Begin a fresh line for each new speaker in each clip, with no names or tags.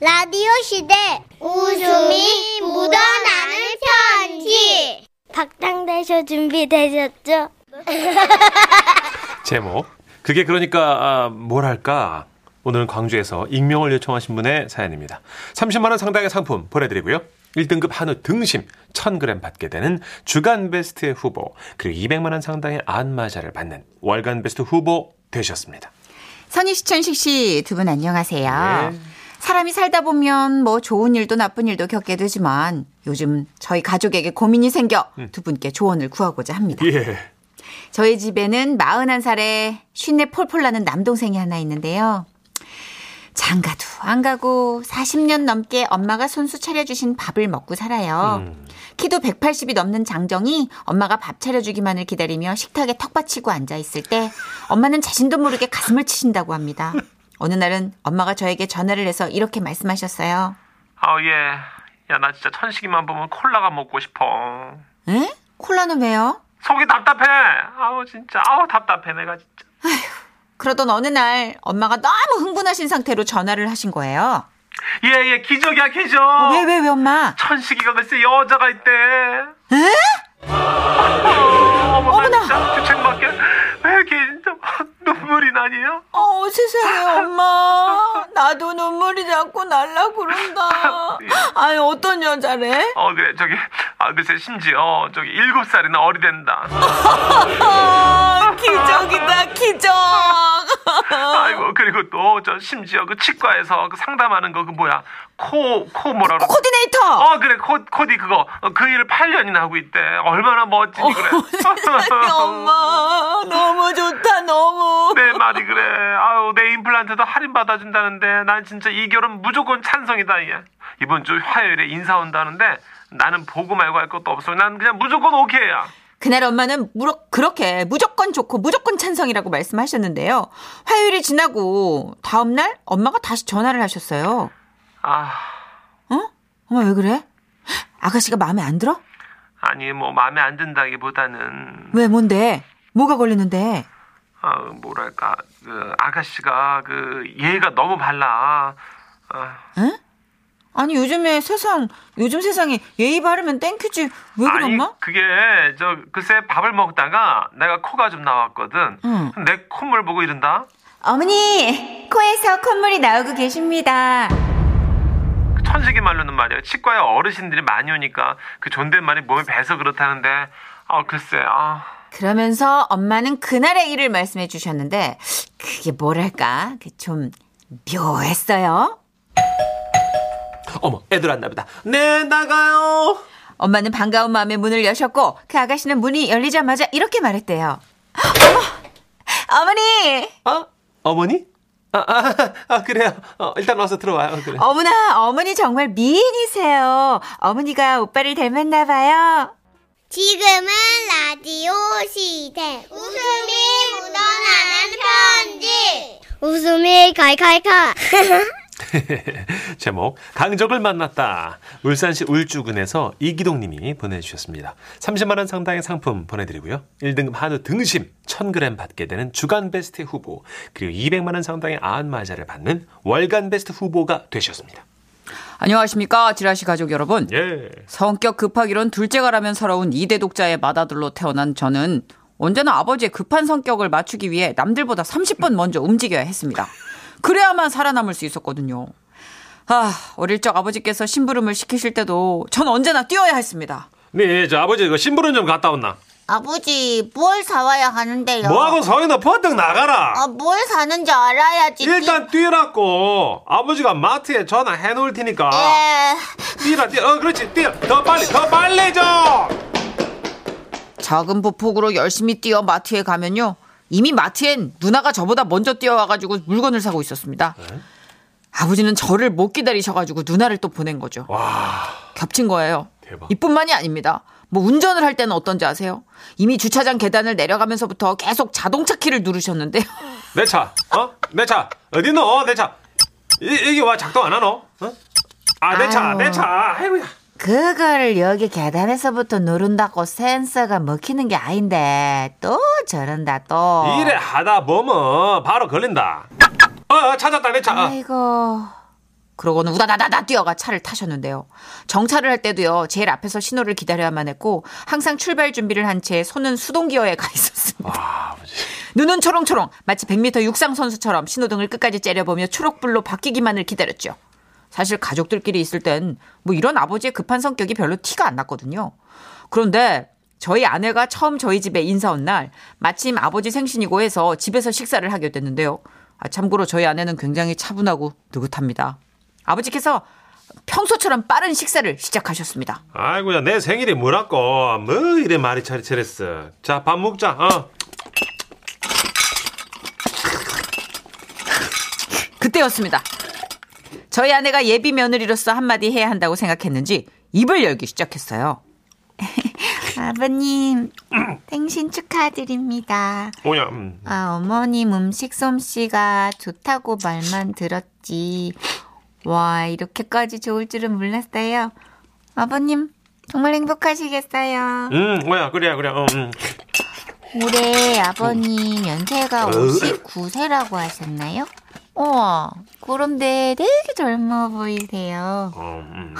라디오 시대 웃음이 묻어나는 편지 박장대쇼 준비되셨죠?
제목. 그게 그러니까 아, 뭐랄까. 오늘은 광주에서 익명을 요청하신 분의 사연입니다. 30만 원 상당의 상품 보내드리고요. 1등급 한우 등심 1000g 받게 되는 주간베스트 후보 그리고 200만 원 상당의 안마자를 받는 월간베스트 후보 되셨습니다.
선희 씨, 천식 씨, 두 분 안녕하세요.
네.
사람이 살다 보면 뭐 좋은 일도 나쁜 일도 겪게 되지만 요즘 저희 가족에게 고민이 생겨 두 분께 조언을 구하고자 합니다.
음. 예.
저희 집에는 41살에 쉰내 폴폴 나는 남동생이 하나 있는데요. 장가도 안 가고 40년 넘게 엄마가 손수 차려주신 밥을 먹고 살아요. 키도 180이 넘는 장정이 엄마가 밥 차려주기만을 기다리며 식탁에 턱 받치고 앉아있을 때 엄마는 자신도 모르게 가슴을 치신다고 합니다. 어느 날은 엄마가 저에게 전화를 해서 이렇게 말씀하셨어요.
아우 예. 야 나 진짜 천식이만 보면 콜라가 먹고 싶어.
응? 콜라는 왜요?
속이 답답해. 아우 진짜 아우 답답해 내가 진짜.
그러던 어느 날 엄마가 너무 흥분하신 상태로 전화를 하신 거예요.
예예 기적이야 기적.
왜 왜 왜 엄마?
천식이가 글쎄 여자가 있대. 에? 어, 어머나
어머나.
진짜 주책밖에 왜 이렇게 진짜 눈물이 나니요?
어, 세상에, 엄마. 나도 눈물이 자꾸 날라 그런다. 아니, 어떤 여자래?
어 그래 저기 아 글쎄 심지어 저기 일곱 살이나 어리댄다.
아, 기적이다, 기적.
어. 아이고 그리고 또 저 심지어 그 치과에서 그 상담하는 거 그 뭐야 코 코 뭐라 그러?
코디네이터!
어 그래 코, 코디 그거 어, 그 일을 8년이나 하고 있대 얼마나 멋지니 그래
어, 세상에, 엄마. 너무 좋다, 너무.
내 말이 그래 아우 내 임플란트도 할인 받아준다는데 난 진짜 이 결혼 무조건 찬성이다 얘. 이번 주 화요일에 인사 온다는데 나는 보고 말고 할 것도 없어 난 그냥 무조건 오케이야
그날 엄마는 무러, 그렇게 무조건 좋고 무조건 찬성이라고 말씀하셨는데요. 화요일이 지나고 다음날 엄마가 다시 전화를 하셨어요.
아
어? 엄마 왜 그래? 아가씨가 마음에 안 들어?
아니 뭐 마음에 안 든다기보다는
왜 뭔데? 뭐가 걸리는데?
아 뭐랄까 그 아가씨가 그 예의가 너무 발라 아,
응? 아니 요즘에 세상 요즘 세상에 예의 바르면 땡큐지 왜 그래
아니
엄마?
그게 저 글쎄 밥을 먹다가 내가 코가 좀 나왔거든.
응.
내 콧물 보고 이른다.
어머니 코에서 콧물이 나오고 계십니다.
그 천식이 말로는 말이야. 치과에 어르신들이 많이 오니까 그 존댓말이 몸에 배서 그렇다는데. 아 글쎄 아
그러면서 엄마는 그날의 일을 말씀해 주셨는데 그게 뭐랄까 그좀 묘했어요.
어머 애들 왔나 보다. 네 나가요.
엄마는 반가운 마음에 문을 여셨고 그 아가씨는 문이 열리자마자 이렇게 말했대요. 어머 어머니
어? 어머니? 아, 아, 아 그래요. 어, 일단 와서 들어와요. 그래.
어머나, 어머니 정말 미인이세요. 어머니가 오빠를 닮았나 봐요.
지금은 라디오 시대 웃음이 묻어나는 편지 웃음이 칼칼칼
제목 강적을 만났다. 울산시 울주군에서 이기동 님이 보내주셨습니다. 30만 원 상당의 상품 보내드리고요. 1등급 한우 등심 1000g 받게 되는 주간베스트 후보 그리고 200만 원 상당의 안마자를 받는 월간베스트 후보가 되셨습니다.
안녕하십니까 지라시 가족 여러분
예.
성격 급하기론 둘째가라면 살아온 이대 독자의 마다들로 태어난 저는 언제나 아버지의 급한 성격을 맞추기 위해 남들보다 30번 먼저 움직여야 했습니다 그래야만 살아남을 수 있었거든요 아 어릴 적 아버지께서 심부름을 시키실 때도 전 언제나 뛰어야 했습니다
네, 저 아버지 이거 신부름 좀 갔다 온나.
아버지, 뭘 사와야 하는데요?
뭐하고 서인아 버뜩 나가라.
아, 뭘 사는지 알아야지.
일단 뛰라고. 아버지가 마트에 전화해 놓을 테니까.
예.
뛰라 뛰어 어, 그렇지 뛰어 더 빨리 더 빨리 좀
작은 보폭으로 열심히 뛰어 마트에 가면요. 이미 마트엔 누나가 저보다 먼저 뛰어와가지고 물건을 사고 있었습니다. 아버지는 저를 못 기다리셔가지고 누나를 또 보낸 거죠. 겹친 거예요.
대박.
이뿐만이 아닙니다. 뭐 운전을 할 때는 어떤지 아세요? 이미 주차장 계단을 내려가면서부터 계속 자동차 키를 누르셨는데
와내차어내 차 어디 넣어 내차 이게 와 작동 안 하노 어? 어아내 차
아유.
내차 아이고야
그거를 여기 계단에서부터 누른다고 센서가 먹히는 게 아닌데 또 저런다 또.
이래 하다 보면 바로 걸린다 어, 어 찾았다 내차 어.
아이고 그러고는 우다다다다 뛰어가 차를 타셨는데요. 정차를 할 때도요. 제일 앞에서 신호를 기다려야만 했고 항상 출발 준비를 한 채 손은 수동기어에 가 있었습니다.
아, 아버지.
눈은 초롱초롱 마치 100m 육상 선수처럼 신호등을 끝까지 째려보며 초록불로 바뀌기만을 기다렸죠. 사실 가족들끼리 있을 땐 뭐 이런 아버지의 급한 성격이 별로 티가 안 났거든요. 그런데 저희 아내가 처음 저희 집에 인사 온 날 마침 아버지 생신이고 해서 집에서 식사를 하게 됐는데요. 아, 참고로 저희 아내는 굉장히 차분하고 느긋합니다. 아버지께서 평소처럼 빠른 식사를 시작하셨습니다.
아이고야 내 생일이 뭐라고 뭐 이래 말이 차리차렸어 자 밥 먹자 어
그때였습니다. 저희 아내가 예비 며느리로서 한마디 해야 한다고 생각했는지 입을 열기 시작했어요.
아버님,
음.
생신 축하드립니다.
뭐야 음.
아, 어머님 음식 솜씨가 좋다고 말만 들었지. 와, 이렇게까지 좋을 줄은 몰랐어요. 아버님, 정말 행복하시겠어요.
음 뭐야 그래야 그래 어, 음.
올해 아버님 연세가
어.
59세라고 하셨나요? 우와, 그런데 되게 젊어 보이세요.
어, 음.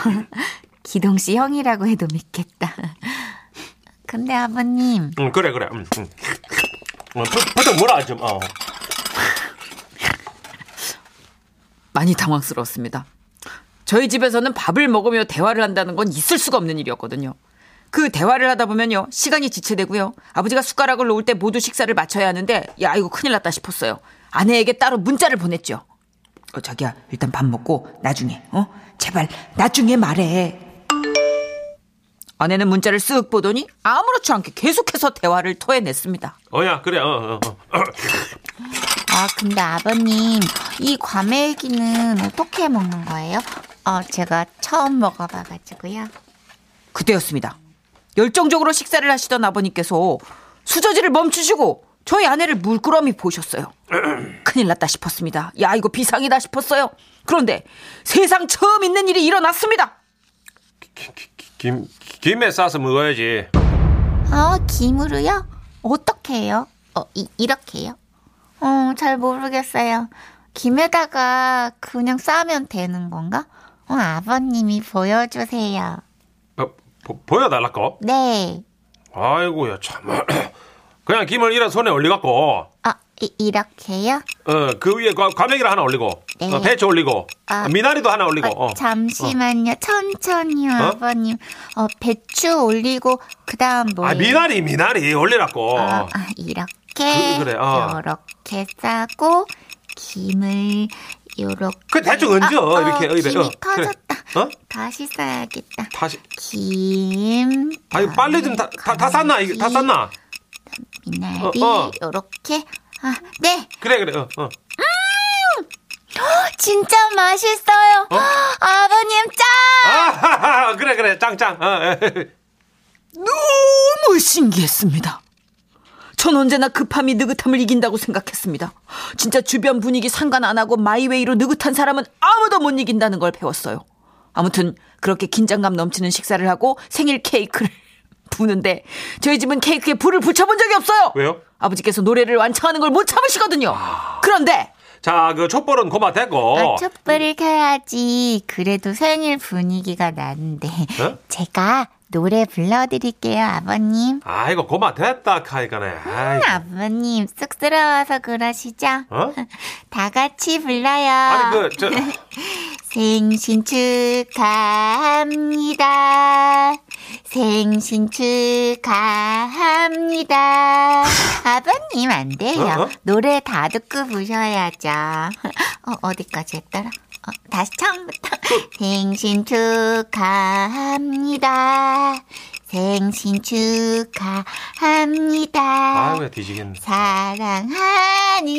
기동 씨 형이라고 해도 믿겠다. 근데 아버님,
음, 그래 그래 음, 음. 어, 보통 뭐라 좀 어.
많이 당황스러웠습니다. 저희 집에서는 밥을 먹으며 대화를 한다는 건 있을 수가 없는 일이었거든요. 그 대화를 하다 보면요. 시간이 지체되고요. 아버지가 숟가락을 놓을 때 모두 식사를 마쳐야 하는데 야 이거 큰일 났다 싶었어요. 아내에게 따로 문자를 보냈죠. 어, 자기야 일단 밥 먹고 나중에 어 제발 나중에 말해. 아내는 문자를 쓱 보더니 아무렇지 않게 계속해서 대화를 토해냈습니다.
어야 그래 어, 어, 어.
아 근데 아버님 이 과메기는 어떻게 먹는 거예요? 어 제가 처음 먹어봐가지고요.
그때였습니다. 열정적으로 식사를 하시던 아버님께서 수저질을 멈추시고 저희 아내를 물끄러미 보셨어요. 큰일 났다 싶었습니다. 야, 이거 비상이다 싶었어요. 그런데 세상 처음 있는 일이 일어났습니다.
김 김에 싸서 먹어야지
아 김으로요? 어떻게 해요? 어 이, 이렇게요? 어 잘 모르겠어요. 김에다가 그냥 싸면 되는 건가? 어 아버님이 보여주세요.
어, 보, 보여달라고
네.
아이고야 참 그냥 김을 이런 손에 올리갖고
아 이, 이렇게요?
어, 그 위에 과, 과메기를 하나 올리고
네.
어, 배추 올리고
아.
어, 미나리도 하나 올리고
어,
어.
잠시만요. 천천히요,
어?
아버님. 어, 배추 올리고 그다음 뭐예요?
아 미나리 미나리 올리라고
네. 아, 아, 이렇게
어, 그- 그래, 어.
요렇게 싸고 김을 요렇게
그 대충 얹어, 이렇게, 이래,
김이
어, 그래.
커졌다.
어?
다시 싸야겠다.
다시
김.
아니 빨리 좀다다 쌌나 이게 다 쌌나
미나리
어, 어.
요렇게. 아, 네.
그래 그래 어, 어.
진짜 맛있어요.
어?
아버님 짱!
아 그래 그래 짱짱 어, 에.
너무 신기했습니다. 전 언제나 급함이 느긋함을 이긴다고 생각했습니다. 진짜 주변 분위기 상관 안 하고 마이웨이로 느긋한 사람은 아무도 못 이긴다는 걸 배웠어요. 아무튼 그렇게 긴장감 넘치는 식사를 하고 생일 케이크를 부는데 저희 집은 케이크에 불을 붙여본 적이 없어요.
왜요?
아버지께서 노래를 완창하는 걸 못 참으시거든요. 그런데
자그 촛불은 고마
아,
됐고
촛불을 켜야지. 그래도 생일 분위기가 나는데.
어?
제가 노래 불러드릴게요, 아버님.
아이고 고마 됐다 카이가네
음,
아이고.
아버님, 쑥스러워서 그러시죠?
어?
다 같이 불러요.
아니 그저
생신 축하합니다. 생신 축하합니다. 아버님 안 돼요.
어?
노래 다 듣고 부셔야죠. 어, 어디까지 했더라? 어, 다시 처음부터.
그
생신 축하합니다. 생신 축하합니다.
아이고 뒤지겠네
사랑하는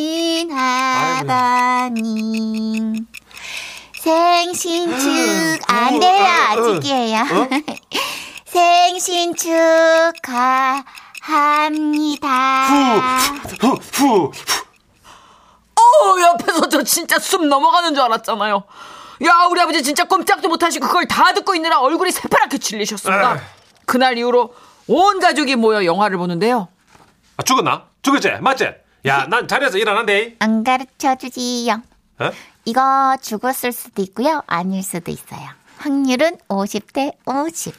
아버님 생신 축안 돼요 아직이에요 생신 축하합니다
후후후
어 옆에서 저 진짜 숨 넘어가는 줄 알았잖아요. 야 우리 아버지 진짜 꼼짝도 못하시고 그걸 다 듣고 있느라 얼굴이 새파랗게 질리셨습니다.
에휴.
그날 이후로 온 가족이 모여 영화를 보는데요. 네.
아, 죽었나 죽었지 맞지 야 난 자리에서 일어난대
안 가르쳐 주지요
어? 에?
이거 죽었을 수도 있고요. 아닐 수도 있어요. 확률은 50대 50.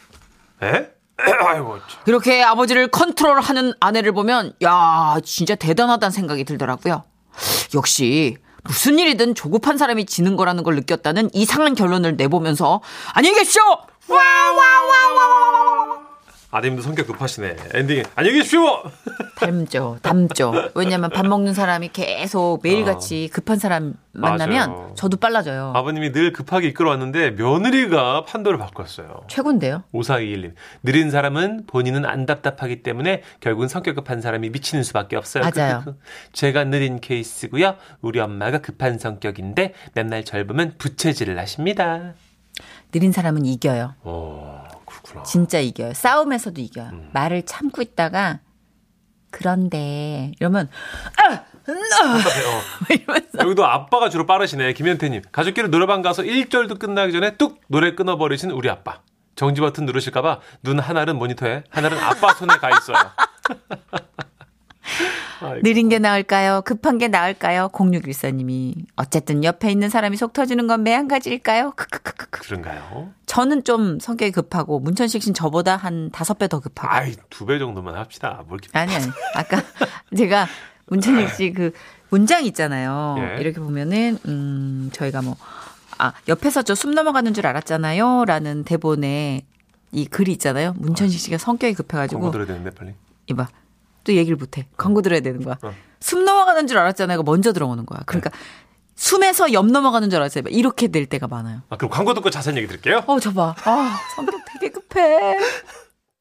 에? 아이고. 참.
이렇게 아버지를 컨트롤하는 아내를 보면 야 진짜 대단하다는 생각이 들더라고요. 역시 무슨 일이든 조급한 사람이 지는 거라는 걸 느꼈다는 이상한 결론을 내보면서 안녕히 계십시오.
아드님도 성격 급하시네. 엔딩. 안녕히 계십시오.
닮죠, 닮죠. 왜냐면 밥 먹는 사람이 계속 매일같이 급한 사람 만나면
어. 맞아요.
저도 빨라져요.
아버님이 늘 급하게 이끌어왔는데 며느리가 판도를 바꿨어요.
최고인데요.
5421님. 느린 사람은 본인은 안 답답하기 때문에 결국은 성격 급한 사람이 미치는 수밖에 없어요.
맞아요.
크크크. 제가 느린 케이스고요. 우리 엄마가 급한 성격인데 맨날 절 보면 부채질을 하십니다.
느린 사람은 이겨요.
어, 그렇구나.
진짜 이겨요. 싸움에서도 이겨요.
음.
말을 참고 있다가 그런데 이러면 아! 뭐
어,
이러면서
여기도 아빠가 주로 빠르시네. 김현태님. 가족끼리 노래방 가서 1절도 끝나기 전에 뚝 노래 끊어버리신 우리 아빠. 정지 버튼 누르실까봐 눈 하나는 모니터에, 하나는 아빠 손에 가 있어요.
느린 게 나을까요? 급한 게 나을까요? 0614님이 어쨌든 옆에 있는 사람이 속 터지는 건 매한가지일까요? 크크크크크.
그런가요?
저는 좀 성격이 급하고 문천식 씨는 저보다 한 다섯 배 더 급하고.
아이, 두 배 정도만 합시다. 뭘 이렇게.
아니 아니. 아까 제가 문천식 씨 그 문장 있잖아요.
예.
이렇게 보면은 음 저희가 뭐 아, 옆에서 저 숨 넘어가는 줄 알았잖아요. 라는 대본에 이 글이 있잖아요. 문천식 씨가 성격이
광고
급해가지고
들어야 되는데, 빨리.
이봐. 또 얘기를 못해. 광고 들어야 되는 거야.
어.
숨 넘어가는 줄 알았잖아요. 이거 먼저 들어오는 거야. 그러니까 숨에서 옆 넘어가는 줄 알았어요. 막 이렇게 될 때가 많아요.
아, 그럼 광고 듣고 자세한 얘기 드릴게요.
어, 저 봐. 아, 성격 되게 급해.